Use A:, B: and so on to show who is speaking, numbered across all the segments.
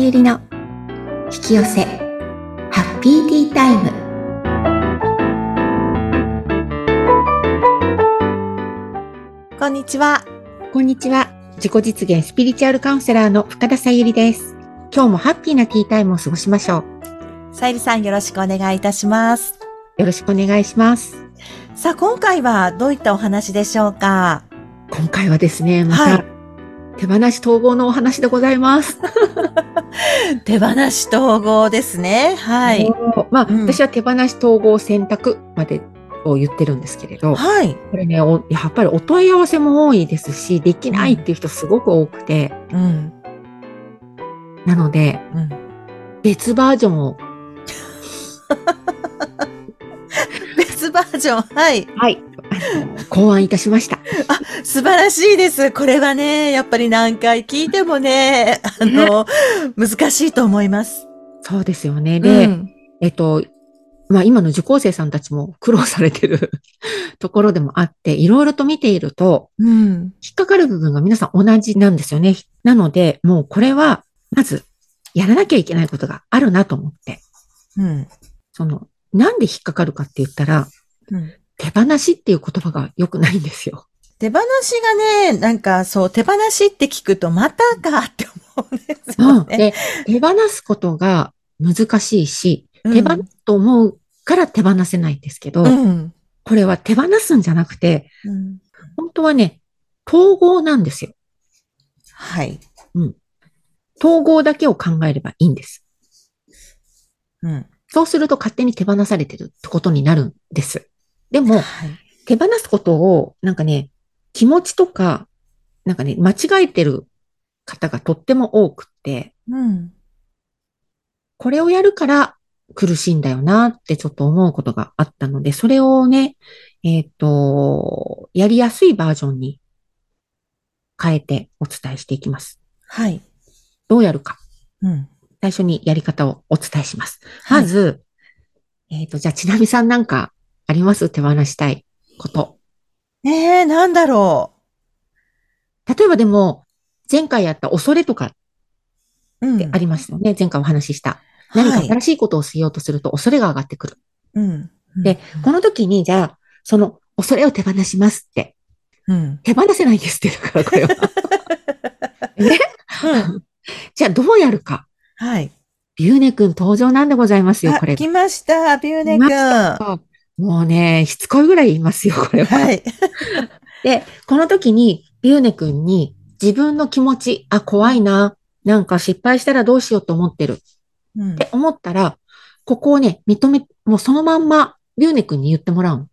A: ゆりの引き寄せハッピーティータイム
B: こんにちは。
A: こんにちは自己実現スピリチュアルカウンセラーの深田さゆりです今日もハッピーなティータイムを過ごしましょう
B: さゆりさんよろしくお願いいたします。
A: よろしくお願いします
B: さあ、今回はどういったお話でしょうか
A: 今回はですねまた、
B: はい
A: 手放し統合のお話でございます
B: 手放し統合ですね。はい。
A: もうまあ、
B: うん
A: 私は手放し統合選択までを言ってるんですけれど、
B: はい。
A: これね、おやっぱりお問い合わせも多いですし、できないっていう人すごく多くて、
B: うん。
A: なので、
B: うん。
A: 別バージョンを、
B: 別バージョン。はい。
A: はい、あの考案いたしました。
B: 素晴らしいです。これはね、やっぱり何回聞いてもね、あの、難しいと思います。
A: そうですよね。で、
B: うん
A: えっと、まあ今の受講生さんたちも苦労されてる ところでもあって、いろいろと見ていると、
B: うん。
A: 引っかかる部分が皆さん同じなんですよね。なので、もうこれは、まず、やらなきゃいけないことがあるなと思って、
B: うん。
A: その、なんで引っかかるかって言ったら、
B: うん
A: 手放しっていう言葉が良くないんですよ。
B: 手放しがね、なんかそう、手放しって聞くとまたかって思うんです
A: う
B: よ
A: ん、
B: ね。
A: で、手放すことが難しいし、
B: うん
A: 手放すと思うから手放せないんですけど、
B: うん。
A: これは手放すんじゃなくて、
B: うん
A: 本当はね、統合なんですよ。
B: はい。
A: 統合だけを考えればいいんです。
B: うん。
A: そうすると勝手に手放されてるってことになるんです。でも、
B: はい。
A: 手放すことを、なんかね、気持ちとか、なんかね、間違えてる方がとっても多くって、
B: うん。
A: これをやるから苦しいんだよなってちょっと思うことがあったので、それをね、えっ、と、やりやすいバージョンに変えてお伝えしていきます。
B: はい。
A: どうやるか。
B: うん。
A: 最初にやり方をお伝えします。
B: は
A: ま
B: い。
A: ず、えっ、と、じゃあ、ちなみさんなんかあります手放したいこと。
B: ええなんだろ
A: 例えばでも、前回やった恐れとか
B: う。うん。
A: ってありますよね。前回お話しした。何か
B: はい。
A: 新しいことをしようとすると恐れが上がってくる。
B: うん。
A: で、この時に、じゃあ、その恐れを手放しますって
B: うん、うん。
A: 手放せないんですって、だからこれは。
B: うん。
A: じゃあどうやるか。
B: はい。
A: ビューネ君登場なんでございますよ、こ
B: あ、
A: れ。
B: 来ました、ビューネ
A: 来ま
B: 君。
A: し
B: は
A: もうね、しつこいぐらい言いますよ、これは。
B: い。
A: で、この時に、ビューネ君に自分の気持ち、あ、怖いな。なんか失敗したらどうしようと思ってるっ
B: うん
A: て思ったら、ここをね、認め、もうそのまんま、ビューネ君に言ってもらうの。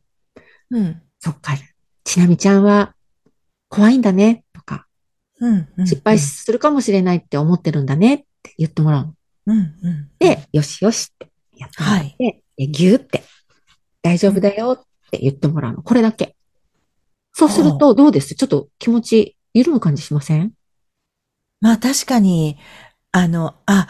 B: うん。
A: そっか。ちなみちゃんは、怖いんだね、とか、
B: うん。うん
A: 失敗。するかもしれないって思ってるんだねって言ってもらうの。
B: うん。うん。
A: で、よしよしってやってもらって、でぎゅーって、大丈夫だよって言ってもらうの。これだけ。そうすると、どうですちょっと気持ち緩む感じしません
B: まあ確かに、あの、あ、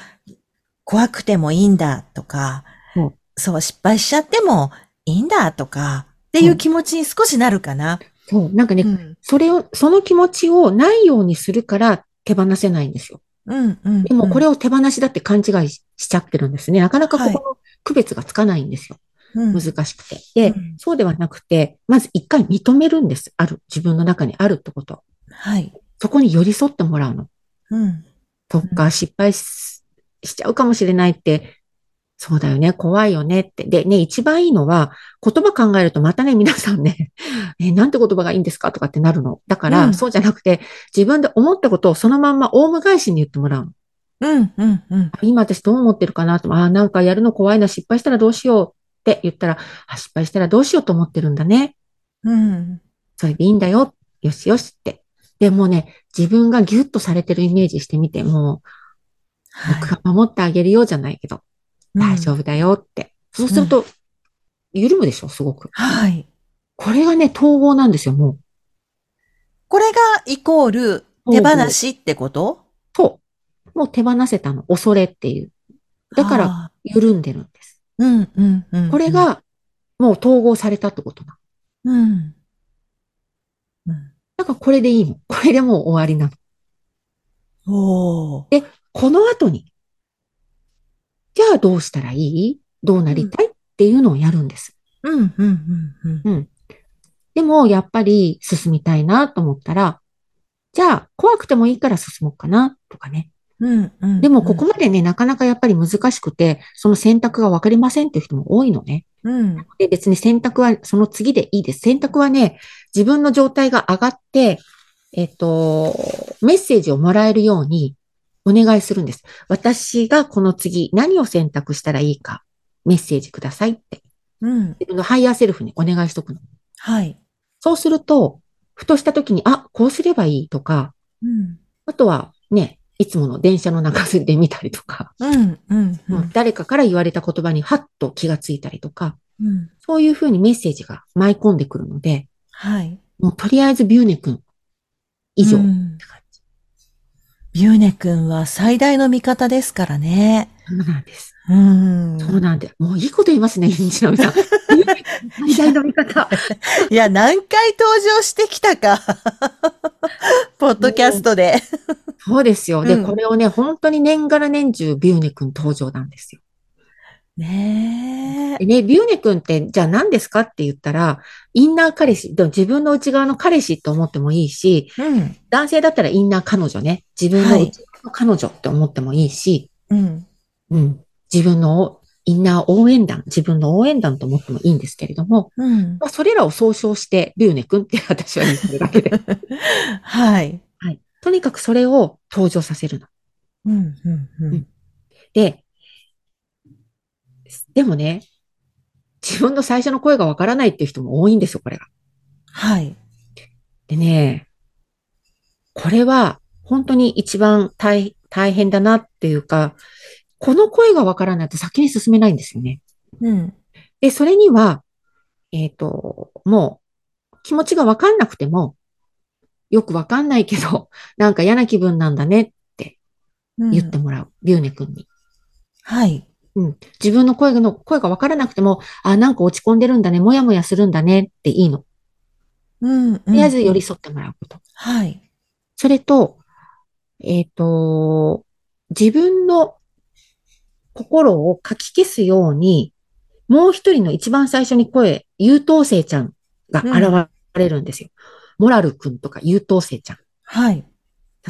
B: 怖くてもいいんだとか
A: うん、
B: そう、失敗しちゃってもいいんだとか、っていう気持ちに少しなるかな。
A: そう。なんかね、
B: うん。
A: それを、その気持ちをないようにするから手放せないんですよ。
B: うん。うん。
A: でもこれ
B: を
A: を手放しだって勘違いししちゃってるんですね。なかなかここの区別がつかないんですよ。
B: 難
A: 難しくて。で、
B: うん
A: そうではなくて、まず一回認めるんです。ある。自分の中にあるってこと。
B: はい。
A: そこに寄り添ってもらうの。
B: うん。
A: とか、失敗ししちゃうかもしれないって、そうだよね、怖いよねって。で、ね、一番いいのは、言葉考えるとまたね、皆さんね、 え、なんて言葉がいいんですかとかってなるの。だから、
B: うん
A: そうじゃなくて、自分で思ったことをそのまんま、オウム返しに言ってもらうの。
B: うん。うん。うん。
A: 今私どう思ってるかなと、あー、なんかやるの怖いな、失敗したらどうしようって言ったら、あ、失敗したらどうしようと思ってるんだね。
B: うん。
A: それでいいんだよ。よしよしって。でもうね、自分がギュッとされてるイメージしてみて、もう、
B: はい
A: 僕が守ってあげるようじゃないけど、大丈夫だよって。そうすると、緩むでしょ、すごく。
B: はい。
A: これがね、統合なんですよ、もう。
B: これがイコール手放しってこと
A: そう。もう手放せたの。恐れっていう。だから、
B: ら、
A: 緩んでるんです。
B: うん、うん、うん。
A: これ、が、もう統合されたってことなの。
B: うん。うん、
A: だ からこれでいいの。これでもう終わりなの。
B: おー
A: この後に、じゃあどうしたらいいどうなりたいっていうのをやるんです。
B: うん、うん、うん、うん。
A: でも、やっぱり進みたいなと思ったら、じゃあ怖くてもいいから進もうかなとかね。
B: うん、うん。
A: でも、ここまでね、なかなかやっぱり難しくて、その選択がわかりませんっていう人も多いのね。
B: うん、
A: で、別に選択はその次でいいです。選択はね、自分の状態が上がって、えっと、メッセージをもらえるようにお願いするんです。私がこの次何を選択したらいいか、メッセージくださいって。
B: うん。
A: 自分のハイヤーセルフにお願いしとくの。
B: はい。
A: そうすると、ふとした時に、あ、こうすればいいとか、
B: うん、
A: あとはね、いつもの電車の中で見たりとか、
B: うん、うん、うん。
A: 誰かから言われた言葉にハッと気がついたりとか、
B: うん、
A: そういうふうにメッセージが舞い込んでくるので、
B: はい。
A: もうとりあえずビューネ君、以上。
B: うんビューネ君は最大の味方ですからね。
A: そうなんです。
B: うん。
A: そうなんです。もういいこと言いますね、インチナミ さん。最大の味方。
B: いや、何回登場してきたか。 ポッドキャストで。
A: そうですよ。で、
B: うん
A: これをね、本当に年がら年中、ビューネ君登場なんですよ。
B: ね
A: でね、ビューネ君って、じゃあ何ですかって言ったら、インナー彼氏、でも自分の内側の彼氏と思ってもいいし、
B: え。うん。
A: 男性だったらインナー彼女ね。自分の内側の彼女って思ってもいいし、
B: うん。
A: うん。自分のインナー応援団、自分の応援団と思ってもいいんですけれども、
B: うん。
A: まあ、それらを総称して、ビューネ君って私は言ってるだけ で。
B: はい。
A: はい。とにかくそれを登場させるの。
B: うん。うん。うん。
A: で、でもね、自分の最初の声がわからないっていう人も多いんですよ、これが。
B: はい。
A: でね、これは本当に一番大大変だなっていうか、この声がわからないと先に進めないんですよね。
B: うん。
A: で、それには、えっ、と、もう、気持ちがわかんなくても、よくわかんないけど、 なんか嫌な気分なんだね、
B: うん
A: 言ってもらう。ビューネ君に。
B: はい。
A: 自分の声の、声がわからなくても、あ、なんか落ち込んでるんだね、もやもやするんだねっていいの。と
B: うん。と
A: りあえず寄り添ってもらうこと。
B: はい。
A: それと、えっ、と、自分の心をかき消すように、もう一人の一番最初に声、優等生ちゃんが現れるんですよ。モラルくんとか優等生ちゃん。
B: はい。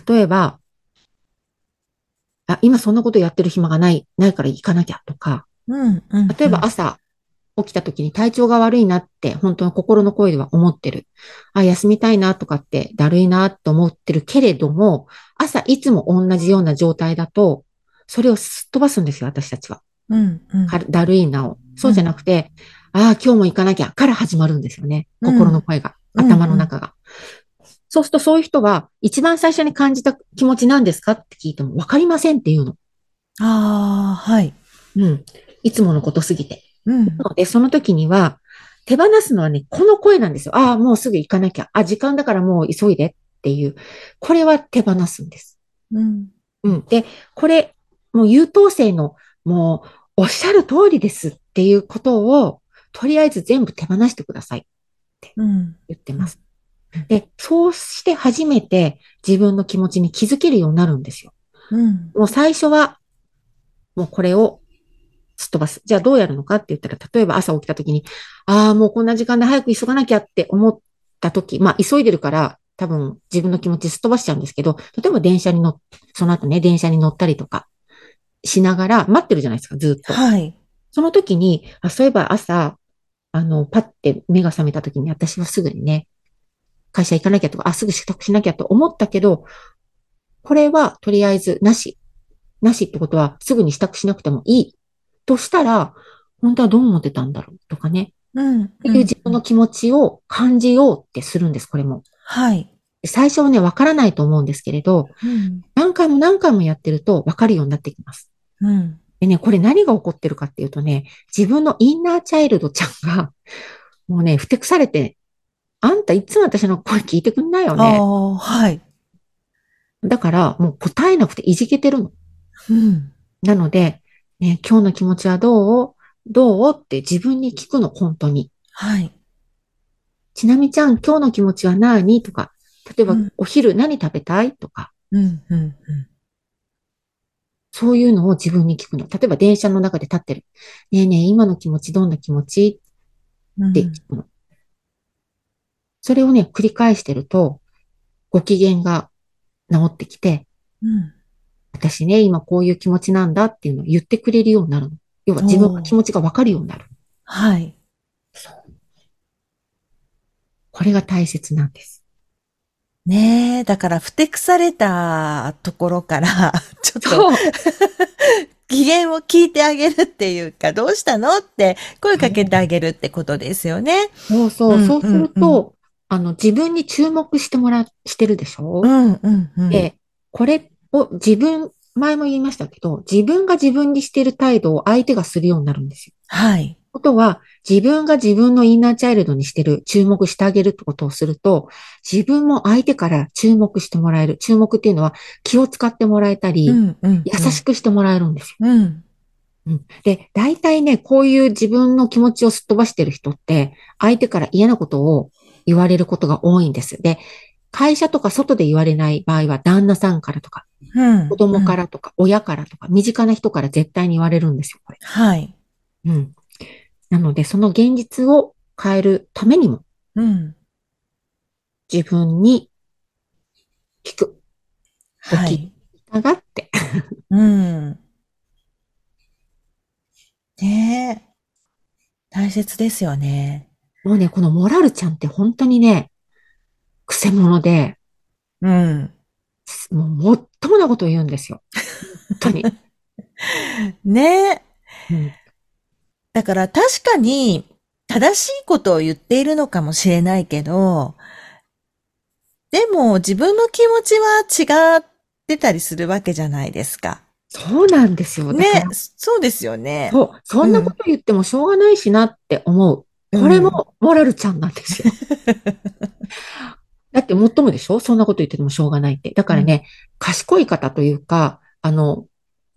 A: 例えば、あ、今そんなことやってる暇がない、ないから行かなきゃとか、
B: うん。うん。
A: 例えば朝起きた時に体調が悪いなって本当の心の声では思ってる。あ、休みたいなとかってだるいなと思ってるけれども、朝いつも同じような状態だと、それをすっ飛ばすんですよ、私たちは。
B: うん。うん。
A: かだるいなを。そうじゃなくて、ああ、今日も行かなきゃから始まるんですよね。
B: うん
A: 心の声が、
B: うん
A: 頭の中が。そうするとそういう人は、一番最初に感じた気持ちなんですかって聞いても、わかりませんっていうの。
B: ああ、はい。
A: うん。いつものことすぎて。
B: うん。
A: ので、その時には、手放すのはね、この声なんですよ。ああ、もうすぐ行かなきゃ。あ、時間だからもう急いでっていう。これは手放すんです。
B: うん。
A: うん。で、これ、もう優等生の、もう、おっしゃる通りですっていうことを、とりあえず全部手放してください。
B: うん。
A: 言ってます。で、そうして初めて自分の気持ちに気づけるようになるんですよ。
B: うん。
A: もう最初は、もうこれをすっ飛ばす。じゃあどうやるのかって言ったら、例えば朝起きた時に、ああ、もうこんな時間で早く急がなきゃって思った時、まあ急いでるから、多分自分の気持ちすっ飛ばしちゃうんですけど、例えば電車に乗っ、その後ね、電車に乗ったりとかしながら待ってるじゃないですか、ずっと。
B: はい。
A: その時に、あ、そういえば朝、あの、パッて目が覚めた時に私はすぐにね、会社行かなきゃとか、あ、すぐ支度しなきゃと思ったけど、これはとりあえずなし。なしってことはすぐに支度しなくてもいい。としたら、本当はどう思ってたんだろうとかね。
B: うん。
A: っていう自分の気持ちを感じようってするんです、これも。
B: はい。
A: 最初はね、わからないと思うんですけれど、
B: うん。
A: 何回も何回もやってるとわかるようになってきます。
B: うん。
A: でね、これ何が起こってるかっていうとね、自分のインナーチャイルドちゃんが、もうね、ふてくされて、あんたいつも私の声聞いてくんないよ
B: あ
A: ね。
B: あ、はい。
A: だから、もう答えなくていじけてるの。
B: うん。
A: なので、ね、今日の気持ちはどうどうって自分に聞くの、本当に。
B: はい。
A: ちなみちゃん、今日の気持ちは何とか、例えば
B: うん、
A: お昼何食べたいとか、
B: うん。うん。
A: そういうのを自分に聞くの。例えば電車の中で立ってる。ねえねえ、今の気持ちどんな気持ち
B: うん
A: って聞くの。それをね、繰り返してると、ご機嫌が治ってきて、
B: うん
A: 私ね、今こういう気持ちなんだっていうのを言ってくれるようになるの。要は自分の気持ちがわかるようになる。
B: はい。
A: これが大切なんです。
B: ねえ、だから、ふてくされたところから、 ちょっと、
A: う。
B: 機嫌を聞いてあげるっていうか、どうしたのって声かけてあげるってことですよね。
A: そうそうう。
B: ん
A: そうする
B: うん
A: と、あの、自分に注目してもら、してるでしょ
B: うん、うん、うん。
A: で、これを自分、前も言いましたけど、自分が自分にしてる態度を相手がするようになるんですよ。
B: はい。
A: ことは、自分が自分のインナーチャイルドにしてる、注目してあげるってことをすると、自分も相手から注目してもらえる。注目っていうのは気を使ってもらえたり、
B: ん、うん。
A: 優しくしてもらえるんですよ。
B: うん。
A: うんで、大体ね、こういう自分の気持ちをすっ飛ばしてる人って、相手から嫌なことを言われることが多いんです。で、会社とか外で言われない場合は、旦那さんからとか、
B: うん。。
A: 子供かららとか、親からとか、身近な人から絶対に言われるんですよ、これ。
B: はい。
A: うん。なので、その現実を変えるためにも、
B: うん。
A: 自分に聞く、
B: は
A: 起
B: い。
A: 疑って。
B: うん。ねえ。大切ですよね。
A: もうね、このモラルちゃんって本当にね、くせ者で、
B: うん。
A: もう、もっともなことを言うんですよ。本当 に。
B: ねえ。
A: うん
B: だから確かに正しいことを言っているのかもしれないけど、でも自分の気持ちは違ってたりするわけじゃないですか。
A: そうなんですよ。だか
B: ね
A: ら、
B: そうですよね。
A: そう、そんなこと言ってもしょうがないしなって思う。
B: うん
A: これも、モラルちゃんなんです よ。だって、もっともでしょそんなこと言っててもしょうがないって。だからね、賢い方というか、あの、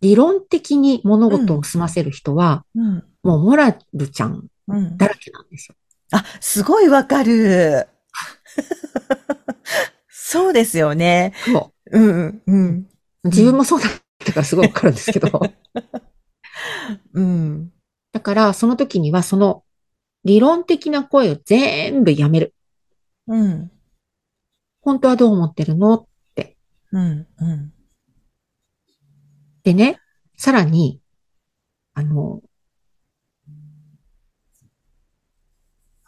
A: 理論的に物事を済ませる人は、
B: うん。
A: もうモラルちゃん
B: うん。
A: だらけなんですよ。
B: あ、すごいわかる。 そうですよね。
A: そ
B: うん、うん、
A: う。自分もそうだったからすごいわかるんですけど。
B: うん。
A: だから、その時には、その、理論的な声を全部やめる。
B: うん、
A: 本当はどう思ってるの
B: うん、うん。
A: でね、さらに、あの、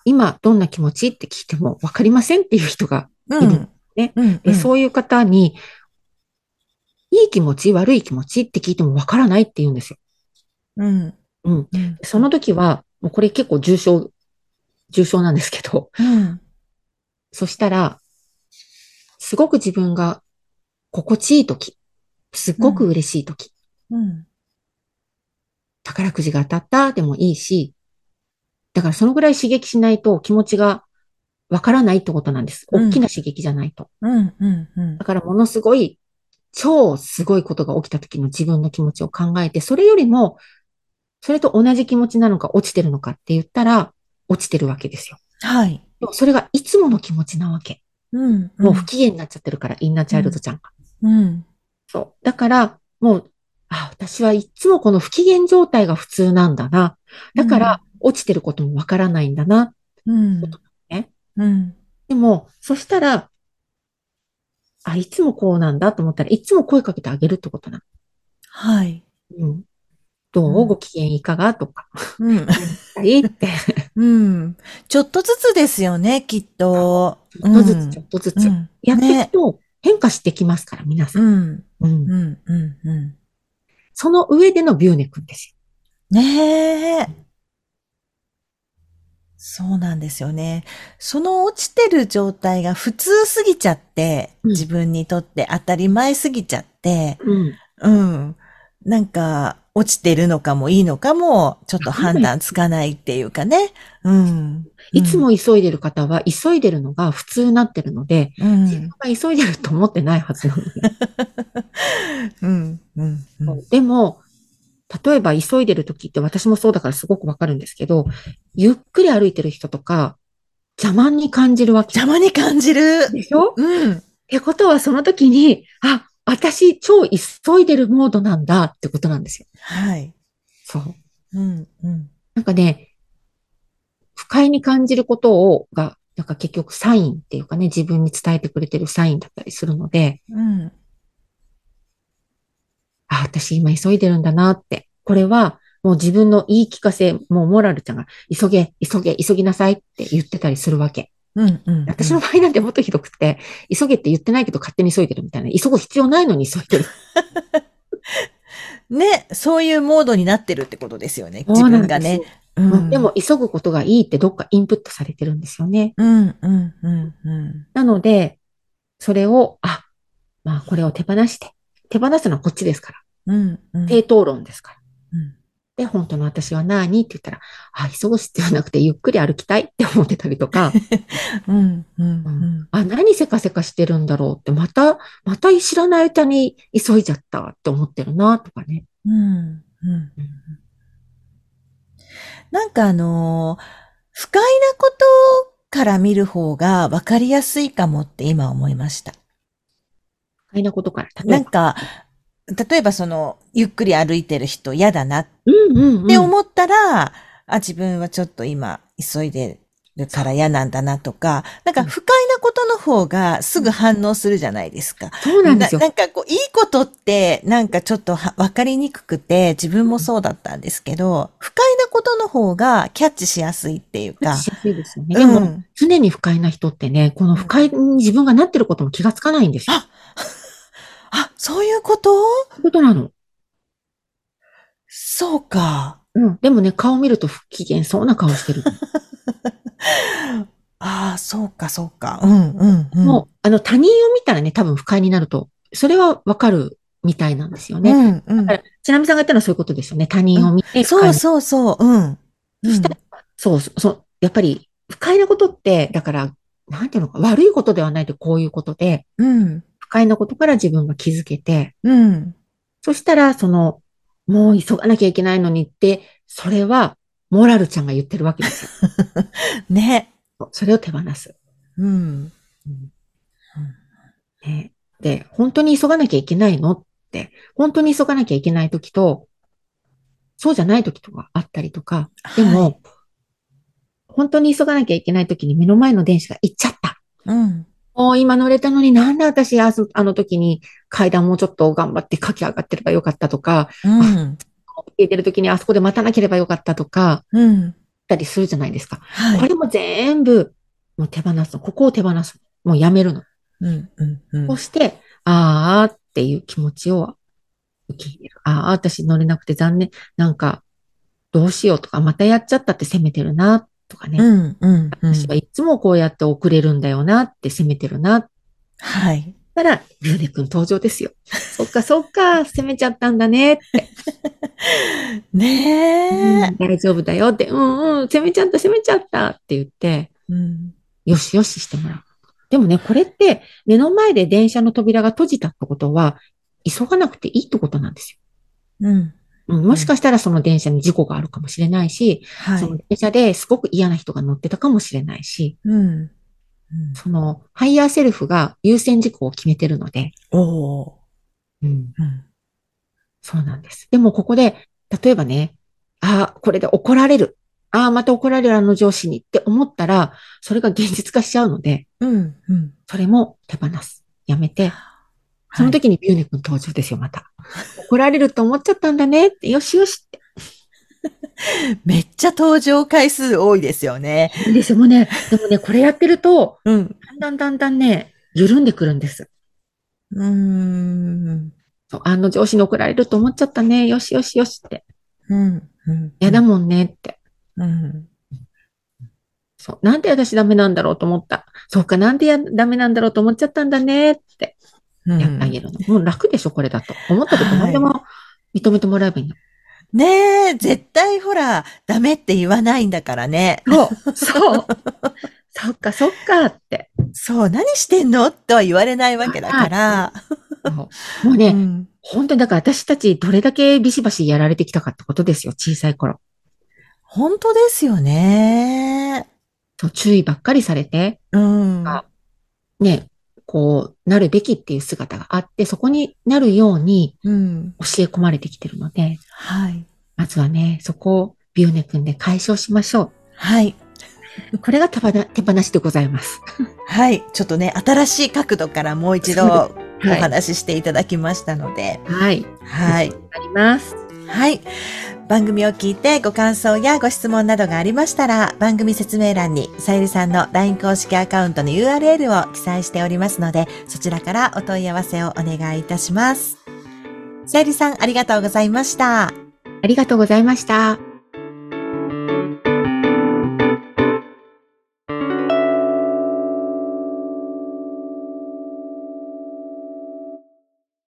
A: 今どんな気持ちって聞いても分かりませんっていう人が、
B: うん。
A: ね
B: うん。
A: で
B: うん
A: そういう方に、いい気持ち、悪い気持ちって聞いても分からないって言うんですよ。
B: うん。
A: うん。
B: うん。
A: その時は、もうこれ結構重症、重症なんですけど、
B: うん。
A: そしたら、すごく自分が心地いい時、すっごく嬉しい時、
B: うん。
A: 宝くじが当たったでもいいし、だからそのぐらい刺激しないと気持ちがわからないってことなんです。
B: うん
A: 大きな刺激じゃないと。
B: うん。うん
A: だ。からものすごい、超すごいことが起きた時の自分の気持ちを考えて、それよりも、それと同じ気持ちなのか落ちてるのかって言ったら、落ちてるわけですよ。
B: はい。
A: でもそれがいつもの気持ちなわけ。
B: うん。
A: もう不機嫌になっちゃってるから、インナーチャイルドちゃんが。
B: うん。
A: そう。だから、もう、あ、私はいつもこの不機嫌状態が普通なんだな。だから、落ちてることもわからないんだな。
B: うん。
A: ね
B: うん。
A: でも、そしたら、あ、いつもこうなんだと思ったらいつも声かけてあげるってことな
B: はい。
A: の。うん。どう、
B: うん
A: ご機嫌いかがとか。
B: うん。
A: いいって。
B: うん。ちょっとずつですよね、きっと。
A: ちょっとずつ、ちょっとずつ。
B: うん
A: やっていく
B: ね。
A: と、変化してきますから、皆さ。
B: うんん。
A: うん。
B: うん。うん。うん。
A: その上でのビューネ君です
B: ねえ。そうなんですよね。その落ちてる状態が普通すぎちゃって、
A: うん
B: 自分にとって当たり前すぎちゃって、
A: よ。うん。
B: うん。なんか、落ちてるのかもいいのかも、ちょっと判断つかないっていうかね。うん。
A: いつも急いでる方は、急いでるのが普通になってるので、
B: う
A: 自分
B: ん、
A: が急いでると思ってないはずなので。
B: うん。うん。うん。
A: でも、例えば急いでる時って私もそうだからすごくわかるんですけど、ゆっくり歩いてる人とか、邪魔に感じるわけ。
B: 邪魔に感じる。
A: でしょっ
B: うん。
A: てことはその時に、あ、私超急いでるモードなんだってことなんですよ。
B: はい。
A: そう。
B: うん、うん。
A: なんかね、不快に感じることを、が、なんか結局サインっていうかね、自分に伝えてくれてるサインだったりするので、
B: うん。
A: あ、私今急いでるんだなって。これはもう自分の言い聞かせ、もうモラルちゃんが、急げ、急げ、急ぎなさいって言ってたりするわけ。
B: うん、うん。
A: 私の場合なんてもっとひどくて、急げって言ってないけど勝手に急いでるみたいな。急ぐ必要ないのに急い でる。
B: ね、そういうモードになってるってことですよね。
A: そ
B: 自
A: うなん
B: 分がね
A: で。す
B: う
A: よ。
B: ん、
A: でも、急ぐことがいいってどっかインプットされてるんですよね。
B: うん、うん、うん、うん。
A: なので、それを、あ、まあこれを手放して、手放すのはこっちですから。
B: うん、うん。
A: 低討論ですから。
B: うん
A: で、本当の私は何って言ったら、あ、急ぐ必要なくてゆっくり歩きたいって思ってたりとか、
B: うん、うん、うん。
A: あ、何せかせかしてるんだろうって、また、また知らないうちに急いじゃったって思ってるな、とかね。
B: うんうんなんかあのー不快なことから見る方が分かりやすいかもって今思いました。
A: 不快なことから。例
B: な
A: え
B: ん
A: ば、
B: か、例えばその、ゆっくり歩いてる人嫌だなっ
A: うんうんうん。
B: て思ったら、あ、自分はちょっと今急いでるから嫌なんだなとか、なんか不快なことの方がすぐ反応するじゃないですか。
A: そうなんですよ。
B: なんかこう、いいことって、なんかちょっとは分かりにくくて、自分もそうだったんですけど、不快なことの方がキャッチしやすいっていうか。
A: しやすいですよね。でも、
B: うん
A: 常に不快な人ってね、この不快に自分がなってることも気がつかないんですよ。
B: ああ、そういうこと
A: そういうことなの。
B: そうか。
A: うん。でもね、顔見ると不機嫌そうな顔してる。
B: ああ、そうか、そうか。うん、うん、うん。
A: もう、あの、他人を見たらね、多分不快になると、それはわかるみたいなんですよね。
B: うん、うん
A: だ。から、ちなみさんが言ったのはそういうことですよね。他人を見て不
B: そ
A: 快
B: う
A: に、
B: そうそう、うん。
A: そしたらそうそうそう、やっぱり、不快なことって、だから、なんていうのか、悪いことではないで、こういうことで、
B: うん、
A: 不快なことから自分が気づけて、
B: うん、
A: そしたら、その、もう急がなきゃいけないのにって、それは、モラルちゃんが言ってるわけですよ。
B: ね。
A: それを手放す。
B: うん。
A: ねで、本当に急がなきゃいけないのって、本当に急がなきゃいけない時と、そうじゃない時とかあったりとか、でも、
B: はい
A: 本当に急がなきゃいけない時に目の前の電車が行っちゃった。
B: うん。
A: もう今乗れたのになんで私あそあの時に階段もうちょっと頑張って駆け上がってればよかったとか、
B: うん。
A: 入れてる時にあそこで待たなければよかったとか、あっ
B: うん。
A: たりするじゃないですか。こ
B: は
A: れも全部、もう手放すの。ここを手放すの。もうやめるの。
B: い。うん、うん、うん
A: そ。して、あーっていう気持ちを受け入れる。あー、私乗れなくて残念。なんか、どうしようとか、またやっちゃったって責めてるな、とかね。
B: うん、うん、うん。
A: 私はいつもこうやって遅れるんだよなって責めてるな。
B: はい。
A: たら、ゆうねくん登場ですよ。そっかそっか、責めちゃったんだねって。
B: ねえ。
A: 大丈夫だよって。うんうん、責めちゃった、責めちゃったって言って、
B: うん。
A: よしよししてもらう。でもね、これって目の前で電車の扉が閉じたってことは、急がなくていいってことなんですよ。
B: うん。
A: うん、もしかしたらその電車に事故があるかもしれないし、
B: は
A: その
B: い。
A: 電車ですごく嫌な人が乗ってたかもしれないし、
B: うん。うん
A: そのハイヤーセルフが優先事項を決めてるので、
B: おー
A: うん、
B: うん。
A: そうなんです。でもここで、例えばね、ああ、これで怒られる。ああ、また怒られるあの上司にって思ったら、それが現実化しちゃうので、
B: うん。うん。
A: それも手放す。やめて、その時にビューネ君登場ですよ、また。怒られると思っちゃったんだねって、よしよしって。
B: めっちゃ登場回数多いですよね。
A: いいですよ、もうね、でもね、これやってると、
B: うん。
A: だんだんだんだんね、緩んでくるんです。
B: うーん。
A: そう、あの上司に怒られると思っちゃったね。よしよしよしって。
B: うん。うん。
A: 嫌だもんねって。
B: うん。
A: そう、なんで私ダメなんだろうと思った。そうか、なんでやダメなんだろうと思っちゃったんだねって。
B: うん。
A: やってあげるの。もう楽でしょ、これだと。思ったこと何でも認めてもらえばいいの。
B: ねえ、絶対ほら、ダメって言わないんだからね。
A: そう、 そう。そっか、そっかって。
B: そう、何してんのとは言われないわけだから。
A: そうもう
B: う
A: ね、
B: ん。
A: 本当にだから私たちどれだけビシバシやられてきたかってことですよ、小さい頃。
B: 本当ですよね。
A: そう、注意ばっかりされて、
B: うん。
A: あね、こう、なるべきっていう姿があって、そこになるように
B: うん。
A: 教え込まれてきてるので、
B: はい。
A: まずはね、そこをビューネ君で解消しましょ
B: はい。
A: う。これが手放手放しでございます。
B: はい。ちょっとね、新しい角度からもう一度
A: そ
B: お話ししていただきましたので、
A: はい。
B: はい。
A: あります。
B: はい。番組を聞いてご感想やご質問などがありましたら、番組説明欄にさゆりさんの LINE 公式アカウントの URL を記載しておりますので、そちらからお問い合わせをお願いいたします。さゆりさん、ありがとうございました。
A: ありがとうございました。